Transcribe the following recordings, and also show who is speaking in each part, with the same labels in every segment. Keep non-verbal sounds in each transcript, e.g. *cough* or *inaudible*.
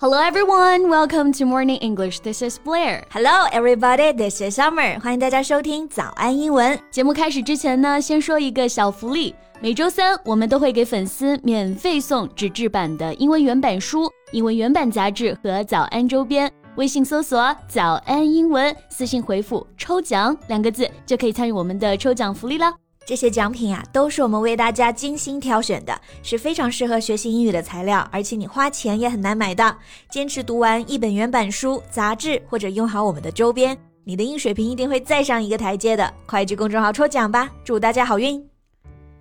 Speaker 1: Hello everyone, welcome to Morning English. This is Blair.
Speaker 2: Hello, everybody. This is Summer. 欢迎大家收听早安英文。
Speaker 1: 节目开始之前呢，先说一个小福利。每周三我们都会给粉丝免费送纸质版的英文原版书、英文原版杂志和早安周边。微信搜索“早安英文”，私信回复“抽奖”两个字就可以参与我们的抽奖福利啦。
Speaker 2: 这些奖品啊，都是我们为大家精心挑选的，是非常适合学习英语的材料，而且你花钱也很难买到。坚持读完一本原版书、杂志，或者用好我们的周边，你的英语水平一定会再上一个台阶的。快去公众号抽奖吧，祝大家好运！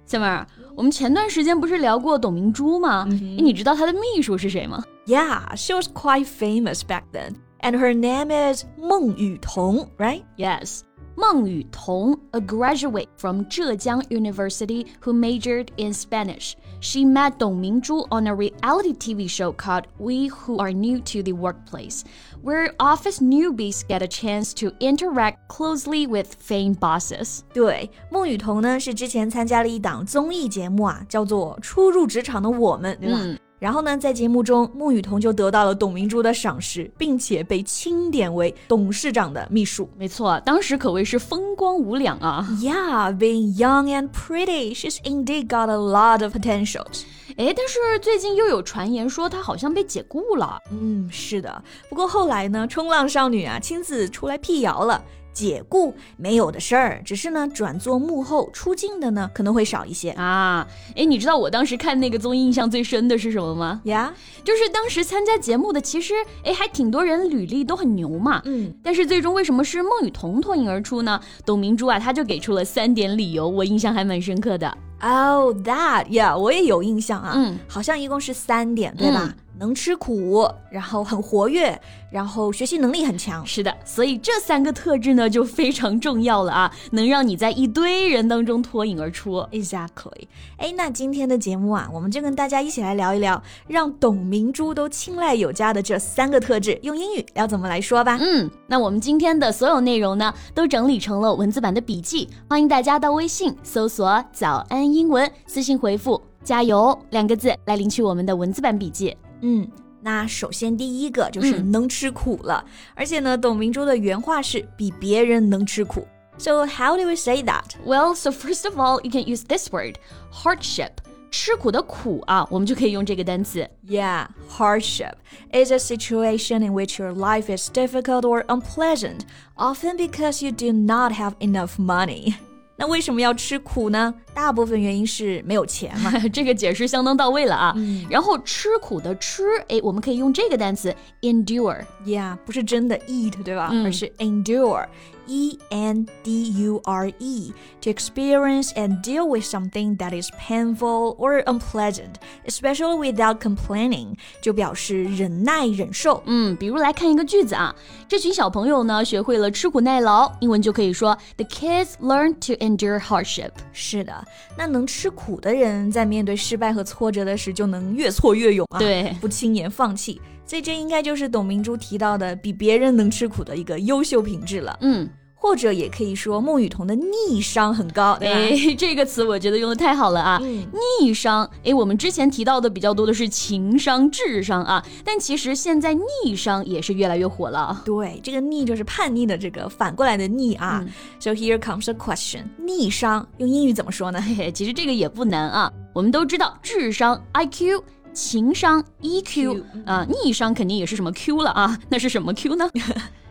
Speaker 1: 小妹儿，我们前段时间不是聊过董明珠吗？
Speaker 2: 嗯
Speaker 1: 诶你知道她的秘书是谁吗？
Speaker 2: Yeah, she was quite famous back then, and her name is 孟雨桐, right?
Speaker 1: Yes. 孟雨桐, a graduate from Zhejiang University who majored in Spanish. She met Dong Mingzhu on a reality TV show called We Who Are New to the Workplace, where office newbies get a chance to interact closely with famed bosses.
Speaker 2: 对，孟雨桐呢是之前参加了一档综艺节目啊，叫做《初入职场的我们》，对吧？
Speaker 1: 嗯
Speaker 2: 然后呢，在节目中，孟雨桐就得到了董明珠的赏识，并且被钦点为董事长的秘书。
Speaker 1: 没错，当时可谓是风光无两啊！
Speaker 2: Yeah, being young and pretty, she's indeed got a lot of potentials.
Speaker 1: 诶，但是最近又有传言说她好像被解雇了。
Speaker 2: 嗯，是的。不过后来呢，冲浪少女啊亲自出来辟谣了，解雇没有的事儿，只是呢转做幕后出镜的呢可能会少一些。
Speaker 1: 啊，诶，你知道我当时看那个综艺印象最深的是什么吗？
Speaker 2: 呀，
Speaker 1: 就是当时参加节目的，其实诶还挺多人履历都很牛嘛。
Speaker 2: 嗯，
Speaker 1: 但是最终为什么是孟雨桐脱颖而出呢？董明珠啊，她就给出了三点理由，我印象还蛮深刻的。
Speaker 2: Oh, that, yeah，我也有印象啊，
Speaker 1: 嗯，
Speaker 2: 好像一共是三点，对吧？能吃苦，然后很活跃，然后学习能力很强。
Speaker 1: 是的，所以这三个特质呢就非常重要了啊，能让你在一堆人当中脱颖而出。
Speaker 2: Exactly，哎，那今天的节目啊，我们就跟大家一起来聊一聊，让董明珠都青睐有加的这三个特质，用英语要怎么来说吧？
Speaker 1: 嗯，那我们今天的所有内容呢，都整理成了文字版的笔记，欢迎大家到微信搜索“早安英文”，私信回复“加油”两个字来领取我们的文字版笔记。
Speaker 2: 嗯，那首先第一个就是
Speaker 1: 嗯
Speaker 2: 能吃苦了，而且呢，董明珠的原话是比别人能吃苦。So how do we say that？
Speaker 1: Well, so first of all, you can use this word, hardship. 吃苦的苦啊，我们就可以用这个单词。 *laughs*
Speaker 2: Yeah, hardship is a situation in which your life is difficult or unpleasant, often because you do not have enough money. *laughs* 那为什么要吃苦呢？大部分原因是没有钱
Speaker 1: *laughs*
Speaker 2: 嘛。
Speaker 1: 这个解释相当到位了啊。
Speaker 2: 嗯
Speaker 1: 然后吃苦的吃，哎，我们可以用这个单词 endure。
Speaker 2: yeah，不是真的 eat 对吧？
Speaker 1: 嗯
Speaker 2: 而是 endure, e n d u r e, to experience and deal with something that is painful or unpleasant, especially without complaining，就表示忍耐忍受。
Speaker 1: 嗯，比如来看一个句子啊，这群小朋友呢学会了吃苦耐劳，英文就可以说 The kids learn to endure hardship。
Speaker 2: 是的，那能吃苦的人在面对失败和挫折的时，就能越挫越勇啊，，
Speaker 1: 对。
Speaker 2: 不轻言放弃。所以这应该就是董明珠提到的比别人能吃苦的一个优秀品质了，
Speaker 1: 嗯，
Speaker 2: 或者也可以说孟雨桐的逆商很高，对吧？啊
Speaker 1: 哎， *laughs* 这个词我觉得用的太好了啊！
Speaker 2: 嗯
Speaker 1: 逆商，哎，我们之前提到的比较多的是情商、智商啊，但其实现在逆商也是越来越火了。啊
Speaker 2: 对，这个逆就是叛逆的这个反过来的逆啊。So
Speaker 1: 嗯
Speaker 2: here comes a question，逆商用英语怎么说
Speaker 1: *laughs*
Speaker 2: 呢？
Speaker 1: 嘿嘿，其实这个也不难啊。我们都知道智商 IQ，情商 EQ，
Speaker 2: Q，嗯
Speaker 1: 啊、逆商肯定也是什么 Q 了啊？那是什么 Q 呢？ *laughs*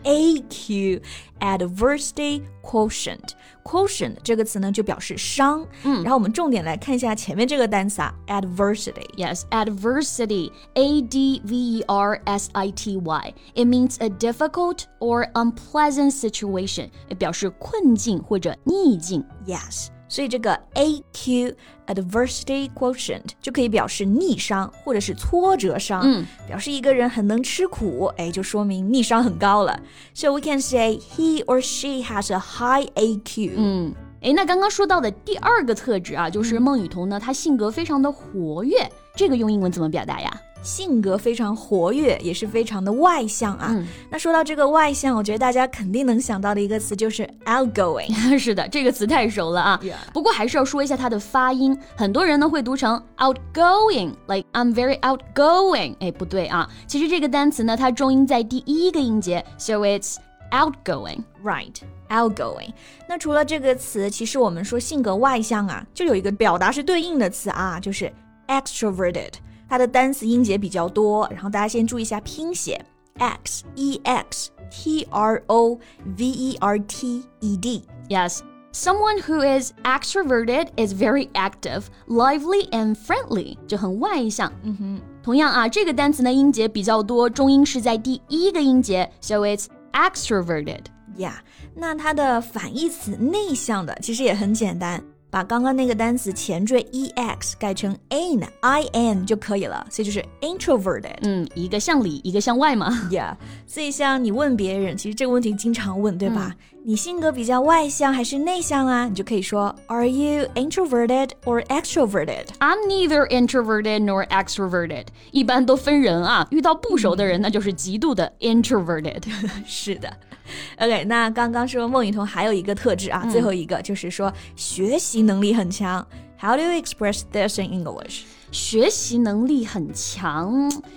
Speaker 2: AQ adversity quotient。quotient 这个词呢，就表示商。
Speaker 1: 嗯
Speaker 2: 然后我们重点来看一下前面这个单词啊，adversity。
Speaker 1: Yes, adversity, A D V E R S I T Y. It means a difficult or unpleasant situation，也表示困境或者逆境。
Speaker 2: Yes，所以这个 AQ adversity quotient 就可以表示逆商或者是挫折商，
Speaker 1: 嗯，
Speaker 2: 表示一个人很能吃苦，哎，就说明逆商很高了。So we can say he or she has a high AQ。
Speaker 1: 嗯，诶，那刚刚说到的第二个特质啊，就是孟雨桐呢，她性格非常的活跃，这个用英文怎么表达呀？ *laughs*
Speaker 2: 性格非常活跃，也是非常的外向啊。
Speaker 1: 嗯，
Speaker 2: 那说到这个外向，我觉得大家肯定能想到的一个词就是 outgoing。
Speaker 1: 是的，这个词太熟了啊。不过还是要说一下它的发音，很多人呢会读成 outgoing，like I'm very outgoing。哎，不对啊，其实这个单词呢，它重音在第一个音节，so it's outgoing。
Speaker 2: Right, outgoing。那除了这个词，其实我们说性格外向啊，就有一个表达是对应的词啊，就是 extroverted。它的单词音节比较多，然后大家先注意一下拼写，x e x t r o v e r t e d。
Speaker 1: Yes. Someone who is extroverted is very active, lively and friendly，就很外向。嗯哼。同样啊，这个单词呢音节比较多，重音是在第一个音节，so it's extroverted。
Speaker 2: Yeah，那它的反义词内向的其实也很简单，把刚刚那个单词前缀 e x 改成 in i n 就可以了，所以就是 introverted。
Speaker 1: 嗯，一个向里，一个向外嘛。 *laughs*
Speaker 2: Yeah，所以像你问别人，其实这个问题经常问，对吧？你性格比较外向还是内向啊？你就可以说 Are you introverted or extroverted？
Speaker 1: I'm neither introverted nor extroverted，一般都分人啊。遇到不熟的人，那就是极度的 introverted。
Speaker 2: *laughs* 是的。OK，那刚刚说孟雨桐还有一个特质啊，最后一个就是说学习能力很强。How do you express this in English？
Speaker 1: 学习能力很强，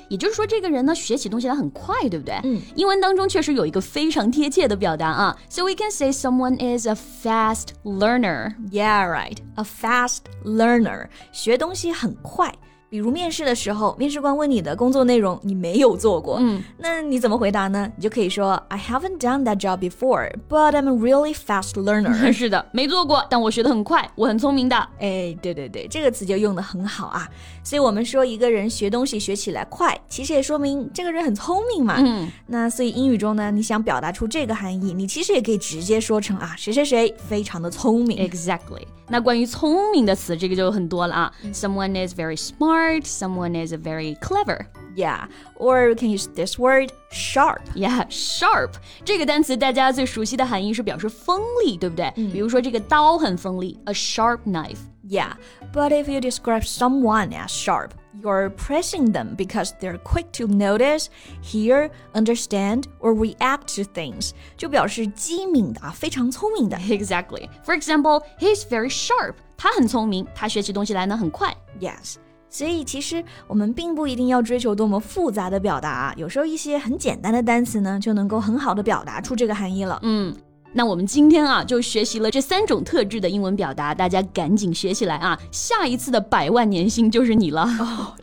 Speaker 1: 也就是说这个人呢，学起东西来很快，对不对？嗯。英文当中确实有一个非常贴切的表达啊，so we can say someone is a fast learner。。
Speaker 2: Yeah, right. A fast learner，学东西很快。比如面试的时候，面试官问你的工作内容你没有做过，嗯，那你怎么回答呢？你就可以说 I haven't done that job before, but I'm a really fast *laughs* learner
Speaker 1: 是的，没做过，但我学得很快，我很聪明的。
Speaker 2: 哎，对对对，这个词就用的很好啊。所以我们说一个人学东西学起来快，其实也说明这个人很聪明嘛。嗯，那所以英语中呢，你想表达出这个含义，你其实也可以直接说成啊，谁谁谁非常的聪明。
Speaker 1: Exactly. 那关于聪明的词，这个就有很多了啊。Someone is very smart. Someone is very clever.
Speaker 2: Yeah, or we can use this word sharp.
Speaker 1: Yeah, sharp 这个单词大家最熟悉的含义是表示锋利，对不对？比如说这个刀很锋利，a sharp knife。
Speaker 2: Yeah, but if you describe someone as sharp, you're praising them because they're quick to notice, hear, understand, or react to things. 就表示机敏的啊，非常聪明的。
Speaker 1: *laughs* Exactly. For example, he's very sharp. 他很聪明，他学起东西来呢很快。
Speaker 2: Yes. 所以其实我们并不一定要追求多么复杂的表达啊，有时候一些很简单的单词呢，就能够很好的表达出这个含义了。嗯，
Speaker 1: 那我们今天啊就学习了这三种特质的英文表达，大家赶紧学起来啊！下一次的百万年薪就是你了。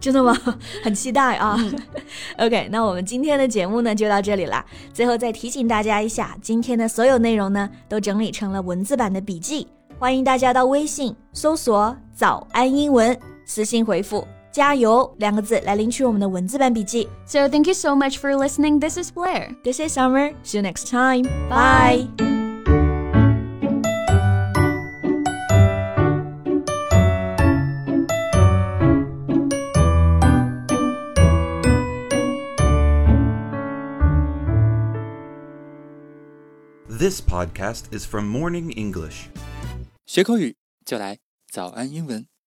Speaker 2: 真的吗？ *laughs* 很期待啊。OK，那我们今天的节目呢就到这里啦。最后再提醒大家一下，今天的所有内容呢都整理成了文字版的笔记，欢迎大家到微信搜索“早安英文”，私信回复“加油”两个字来领取我们的文字版笔记。
Speaker 1: So thank you so much for listening. This is Blair.
Speaker 2: This is Summer. See you next time.
Speaker 1: Bye.
Speaker 2: Bye.
Speaker 3: This podcast is from Morning English.
Speaker 4: 学口语就来早安英文。